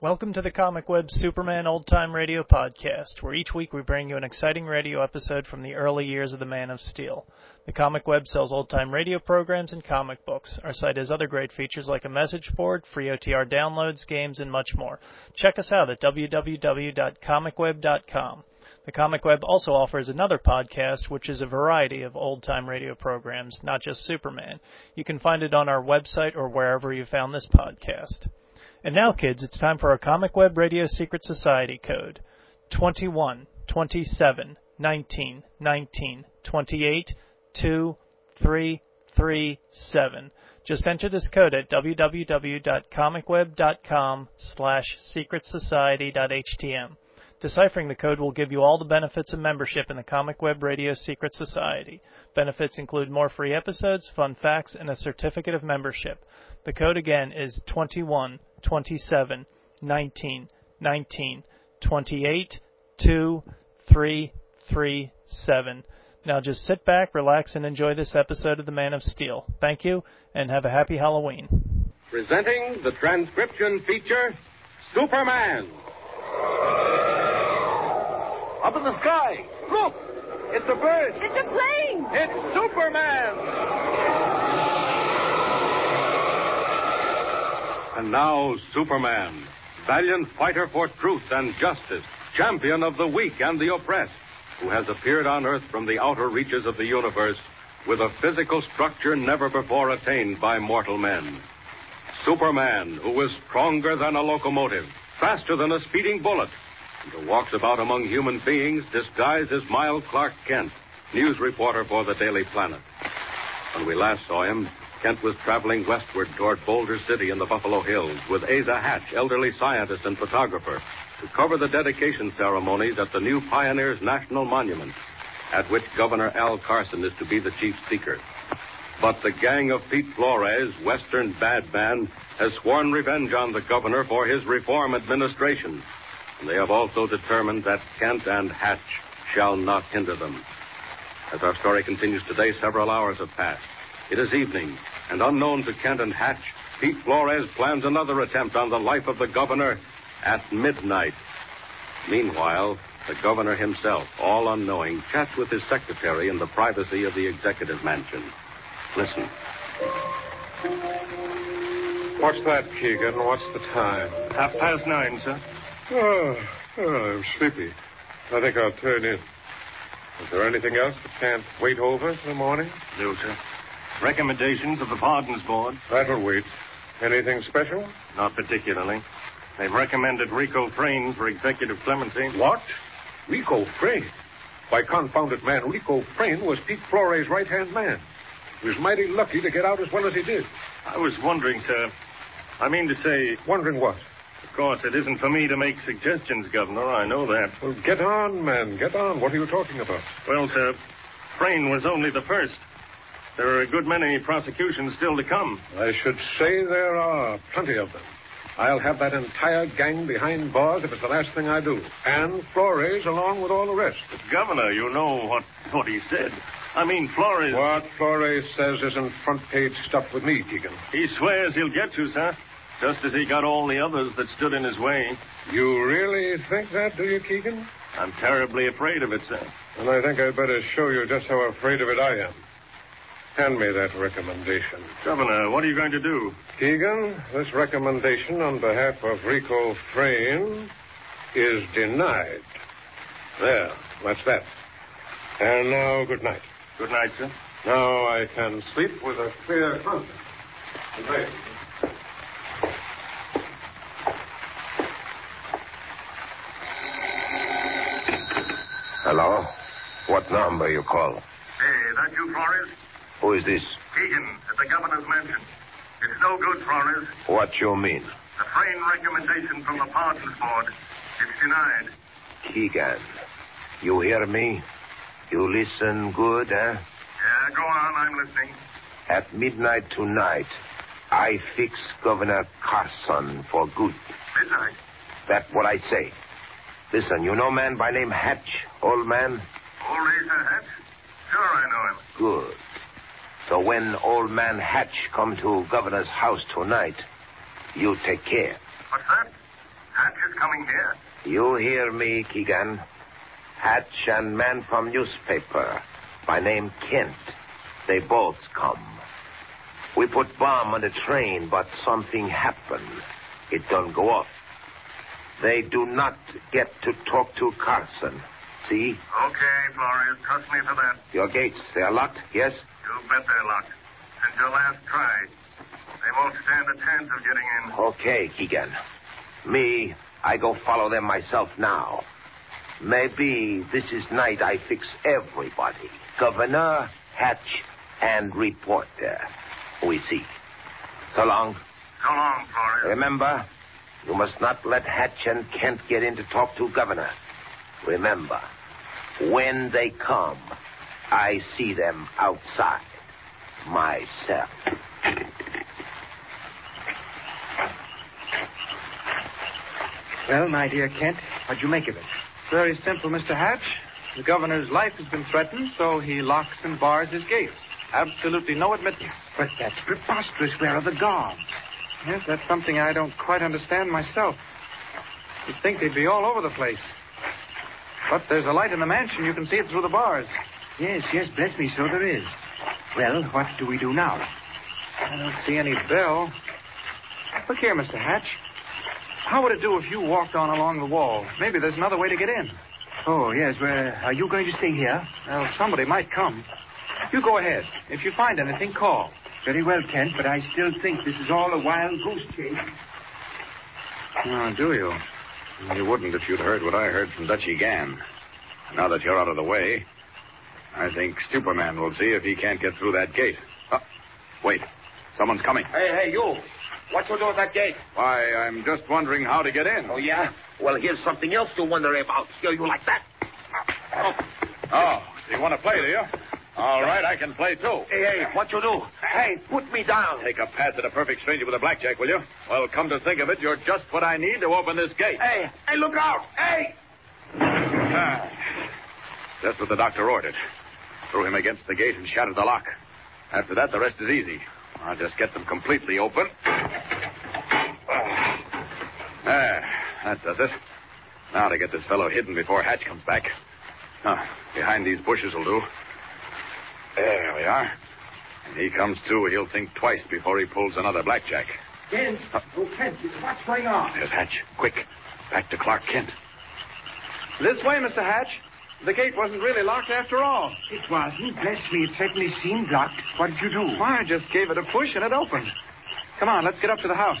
Welcome to the Comic Web Superman Old Time Radio Podcast, where each week we bring you an exciting radio episode from the early years of the Man of Steel. The Comic Web sells old time radio programs and comic books. Our site has other great features like a message board, free OTR downloads, games, and much more. Check us out at www.comicweb.com. The Comic Web also offers another podcast, which is a variety of old time radio programs, not just Superman. You can find it on our website or wherever you found this podcast. And now, kids, it's time for our Comic Web Radio Secret Society code 21, 27, 19, 19, 28, 2, 3, 3, 7. Just enter this code at www.comicweb.com slash secretsociety.htm. Deciphering the code will give you all the benefits of membership in the Comic Web Radio Secret Society. Benefits include more free episodes, fun facts, and a certificate of membership. The code again is 21 27 19 19 28 2 3 3 7. Now just sit back, relax, and enjoy this episode of The Man of Steel. Thank you, and have a happy Halloween. Presenting the transcription feature Superman. Up in the sky. Look! It's a bird. It's a plane! It's Superman! And now, Superman, valiant fighter for truth and justice, champion of the weak and the oppressed, who has appeared on Earth from the outer reaches of the universe with a physical structure never before attained by mortal men. Superman, who is stronger than a locomotive, faster than a speeding bullet, and who walks about among human beings disguised as Mild Clark Kent, news reporter for the Daily Planet. When we last saw him, Kent was traveling westward toward Boulder City in the Buffalo Hills with Asa Hatch, elderly scientist and photographer, to cover the dedication ceremonies at the new Pioneers National Monument, at which Governor Al Carson is to be the chief speaker. But the gang of Pete Flores, Western bad man, has sworn revenge on the governor for his reform administration. And they have also determined that Kent and Hatch shall not hinder them. As our story continues today, several hours have passed. It is evening, and unknown to Kent and Hatch, Pete Flores plans another attempt on the life of the governor at midnight. Meanwhile, the governor himself, all unknowing, chats with his secretary in the privacy of the executive mansion. Listen. What's that, Keegan? What's the time? Half past nine, sir. Oh, oh, I'm sleepy. I think I'll turn in. Is there anything else that can't wait over till morning? Do, sir. Recommendations of the Pardons Board? That'll wait. Anything special? Not particularly. They've recommended Rico Frayne for executive clemency. What? Rico Frayne? By confounded man, Rico Frayne was Pete Flores' right hand man. He was mighty lucky to get out as well as he did. I was wondering, sir. I mean to say, Wondering what? of course, it isn't for me to make suggestions, Governor. I know that. Well, get on, man. Get on. What are you talking about? Well, sir, Frayne was only the first. There are a good many prosecutions still to come. I should say there are plenty of them. I'll have that entire gang behind bars if it's the last thing I do. And Flores along with all the rest. But, Governor, you know what, what he said. I mean, Flores. What Flores says isn't front page stuff with me, Keegan. He swears he'll get you, sir. Just as he got all the others that stood in his way. You really think that, do you, Keegan? I'm terribly afraid of it, sir. And I think I'd better show you just how afraid of it I am. Hand me that recommendation. Governor, what are you going to do? Keegan, this recommendation on behalf of Rico Frayne is denied. There, that's that. And now, good night. Good night, sir. Now I can sleep with a clear conscience. Good night. Hello? What number you call? Hey, that you, Flores? Who is this? Keegan, at the governor's mansion. It's no good, Flores. What you mean? The train recommendation from the pardons board. It's denied. Keegan. You hear me? You listen good, eh? Yeah, go on. I'm listening. At midnight tonight, I fix Governor Carson for good. Midnight. That what I say. Listen, you know man by name Hatch, old man? Old Asa Hatch? Sure, I know him. Good. So when old man Hatch come to governor's house tonight, you take care. What's that? I doing here? You hear me, Keegan? Hatch and man from newspaper by name Kent. They both come. We put bomb on the train, but something happened. It don't go off. They do not get to talk to Carson. See? Okay, Flores, trust me for that. Your gates, they are locked, yes? You bet they're locked. And your last try. They won't stand a chance of getting in. Okay, Keegan. Me, I go follow them myself now. Maybe this is night I fix everybody. Governor, Hatch, and reporter. We see. So long. So long, Flores. Remember, you must not let Hatch and Kent get in to talk to Governor. Remember, when they come, I see them outside myself. Well, my dear Kent, what'd you make of it? Very simple, Mr. Hatch. The governor's life has been threatened, so he locks and bars his gates. Absolutely no admittance. But that's preposterous. Where are the guards? Yes, that's something I don't quite understand myself. You'd think they'd be all over the place. But there's a light in the mansion. You can see it through the bars. Yes, yes, bless me, so there is. Well, what do we do now? I don't see any bell. Look here, Mr. Hatch. How would it do if you walked on along the wall? Maybe there's another way to get in. Oh, yes, well, are you going to stay here? Well, somebody might come. You go ahead. If you find anything, call. Very well, Kent, but I still think this is all a wild goose chase. Oh, do you? You wouldn't if you'd heard what I heard from Dutchy Gann. Now that you're out of the way, I think Superman will see if he can't get through that gate. Oh, wait. Someone's coming. Hey, hey, you. What you do at that gate? Why, I'm just wondering how to get in. Oh, yeah? Well, here's something else to wonder about. Scare you like that. Oh. Oh, so you want to play, do you? All right, I can play too. Hey, hey, what you do? Hey, put me down. Take a pass at a perfect stranger with a blackjack, will you? Well, come to think of it, you're just what I need to open this gate. Hey, hey, look out. Hey! Ah. That's what the doctor ordered. Threw him against the gate and shattered the lock. After that, the rest is easy. I'll just get them completely open. There, Ah, that does it. Now to get this fellow hidden before Hatch comes back. Huh, behind these bushes will do. There we are. When he comes to, he'll think twice before he pulls another blackjack. Kent, oh, Kent, what's going on? There's Hatch. Quick, back to Clark Kent. This way, Mr. Hatch. The gate wasn't really locked after all. It wasn't. Bless me, it certainly seemed locked. What did you do? Why, I just gave it a push and it opened. Come on, let's get up to the house.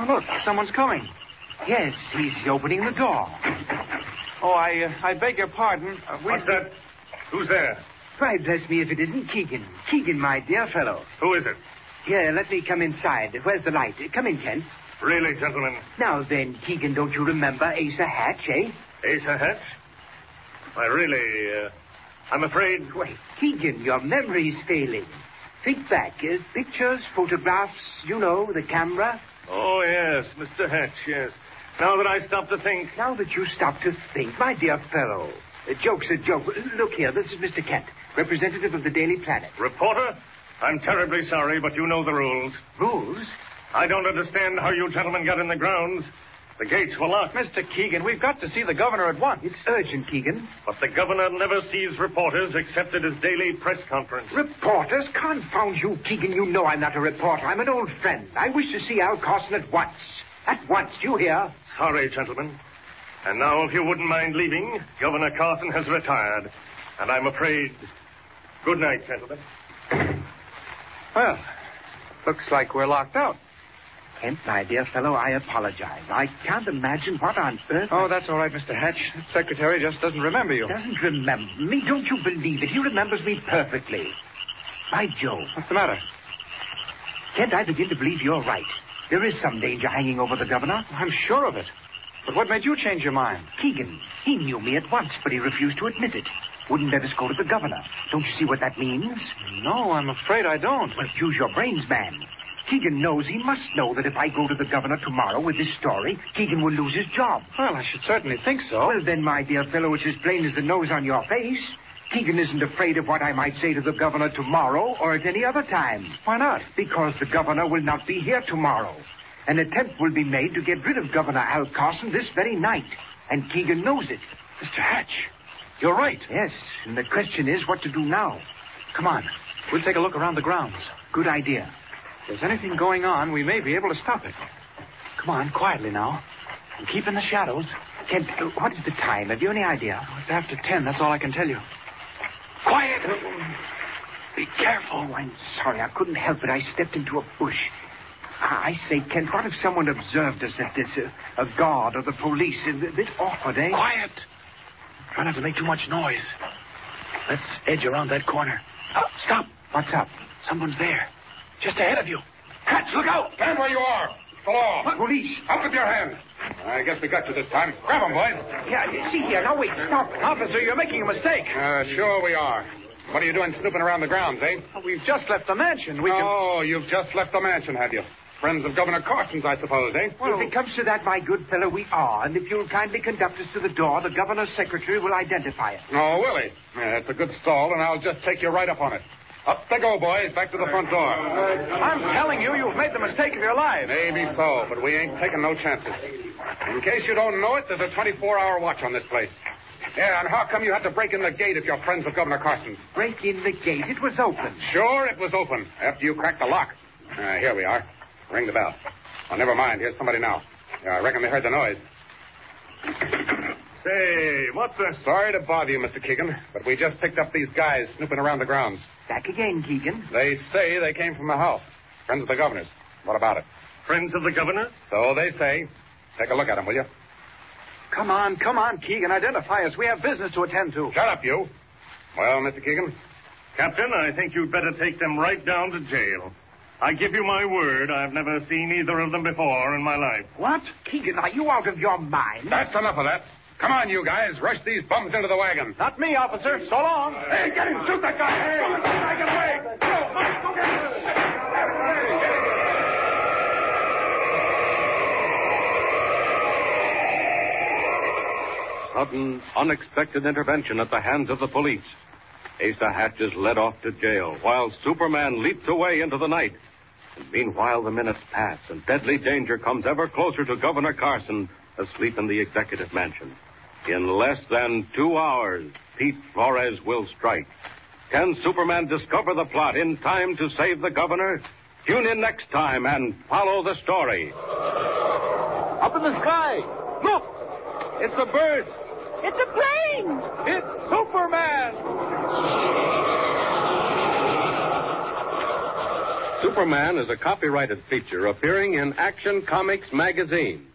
Oh, look, someone's coming. Yes, he's opening the door. Oh, I uh, I beg your pardon. Uh, we- What's that? Who's there? Why, bless me if it isn't Keegan. Keegan, my dear fellow. Who is it? Here, let me come inside. Where's the light? Come in, Kent. Really, gentlemen, Now then, Keegan, don't you remember Asa Hatch, eh? Asa Hatch? I really, uh, I'm afraid. Wait, Keegan, your memory's failing. Think back. Uh, pictures, photographs, you know, the camera. Oh, yes, Mr. Hatch, yes. Now that I stop to think. Now that you stop to think, my dear fellow, a joke's a joke. Uh, Look here, this is Mr. Kent, representative of the Daily Planet. Reporter, I'm terribly sorry, but you know the rules. Rules? I don't understand how you gentlemen got in the grounds. The gates were locked, Mr. Keegan, we've got to see the governor at once. It's urgent, Keegan. but the governor never sees reporters except at his daily press conference. Reporters? Confound you, Keegan. You know I'm not a reporter. I'm an old friend. I wish to see Al Carson at once. At once, you hear? Sorry, gentlemen. And now, if you wouldn't mind leaving, Governor Carson has retired. And I'm afraid. Good night, gentlemen. Well, looks like we're locked out. Kent, my dear fellow, I apologize. I can't imagine what on earth. Oh, that's all right, Mr. Hatch. That secretary just doesn't remember you. doesn't remember me. Don't you believe it? He remembers me perfectly. By Jove. What's the matter? Kent, I begin to believe you're right. There is some danger hanging over the governor. I'm sure of it. But what made you change your mind? Keegan, he knew me at once, but he refused to admit it. Wouldn't let us go to the governor. Don't you see what that means? No, I'm afraid I don't. Well, use your brains, man. Keegan knows he must know that if I go to the governor tomorrow with this story, Keegan will lose his job. Well, I should certainly think so. Well, then, my dear fellow, it's as plain as the nose on your face. Keegan isn't afraid of what I might say to the governor tomorrow or at any other time. Why not? Because the governor will not be here tomorrow. An attempt will be made to get rid of Governor Al Carson this very night, and Keegan knows it. Mr. Hatch, you're right. Yes, and the question is what to do now. Come on. We'll take a look around the grounds. Good idea. If there's anything going on, we may be able to stop it. Come on, quietly now. And keep in the shadows. Kent, what is the time? Have you any idea? It's after ten, that's all I can tell you. Quiet! Be careful. Oh, I'm sorry. I couldn't help it. I stepped into a bush. Ah, I I say, Kent, what if someone observed us at this? uh, A, a guard or the police? A bit awkward, eh? Quiet! Try not to make too much noise. Let's edge around that corner. Uh, stop! What's up? Someone's there. Just ahead of you. Hatch, look out! Stand where you are. Hello. Police. Up with your hands. I guess we got you this time. Grab 'em, boys. Yeah, see here. Now, wait. Stop. Officer, you're making a mistake. Uh, sure we are. What are you doing snooping around the grounds, eh? We've just left the mansion. We can. Oh, you've just left the mansion, have you? Friends of Governor Carson's, I suppose, eh? Oh. Well, if it comes to that, my good fellow, we are. And if you'll kindly conduct us to the door, the governor's secretary will identify us. Oh, Willie. Yeah, that's a good stall, and I'll just take you right up on it. Up they go, boys. Back to the front door. I'm telling you, you've made the mistake of your life. Maybe so, but we ain't taking no chances. In case you don't know it, there's a 24-hour watch on this place. Yeah, and how come you had to break in the gate if you're friends of Governor Carson's? Break in the gate. It was open. Sure, it was open after you cracked the lock. Uh, here we are. Ring the bell. Oh, never mind. Here's somebody now. Yeah, I reckon they heard the noise. Say, what the? Sorry to bother you, Mr. Keegan, but we just picked up these guys snooping around the grounds. Back again, Keegan. They say they came from the house. Friends of the governor's. What about it? Friends of the governor? So they say. Take a look at them, will you? Come on, come on, Keegan. Identify us. We have business to attend to. Shut up, you. Well, Mr. Keegan, Captain, I think you'd better take them right down to jail. I give you my word, I've never seen either of them before in my life. What? Keegan, are you out of your mind? that's enough of that. Come on, you guys. Rush these bums into the wagon. Not me, officer. So long. Hey, get him. Shoot that guy. Hey, get the guy. Get away. Go. Go get him. sudden, unexpected intervention at the hands of the police. Asa Hatch is led off to jail while Superman leaps away into the night. And meanwhile, the minutes pass and deadly danger comes ever closer to Governor Carson asleep in the executive mansion. In less than two hours, Pete Flores will strike. Can Superman discover the plot in time to save the governor? Tune in next time and follow the story. Up in the sky. Look! It's a bird. It's a plane! It's Superman. Superman is a copyrighted feature appearing in Action Comics magazine.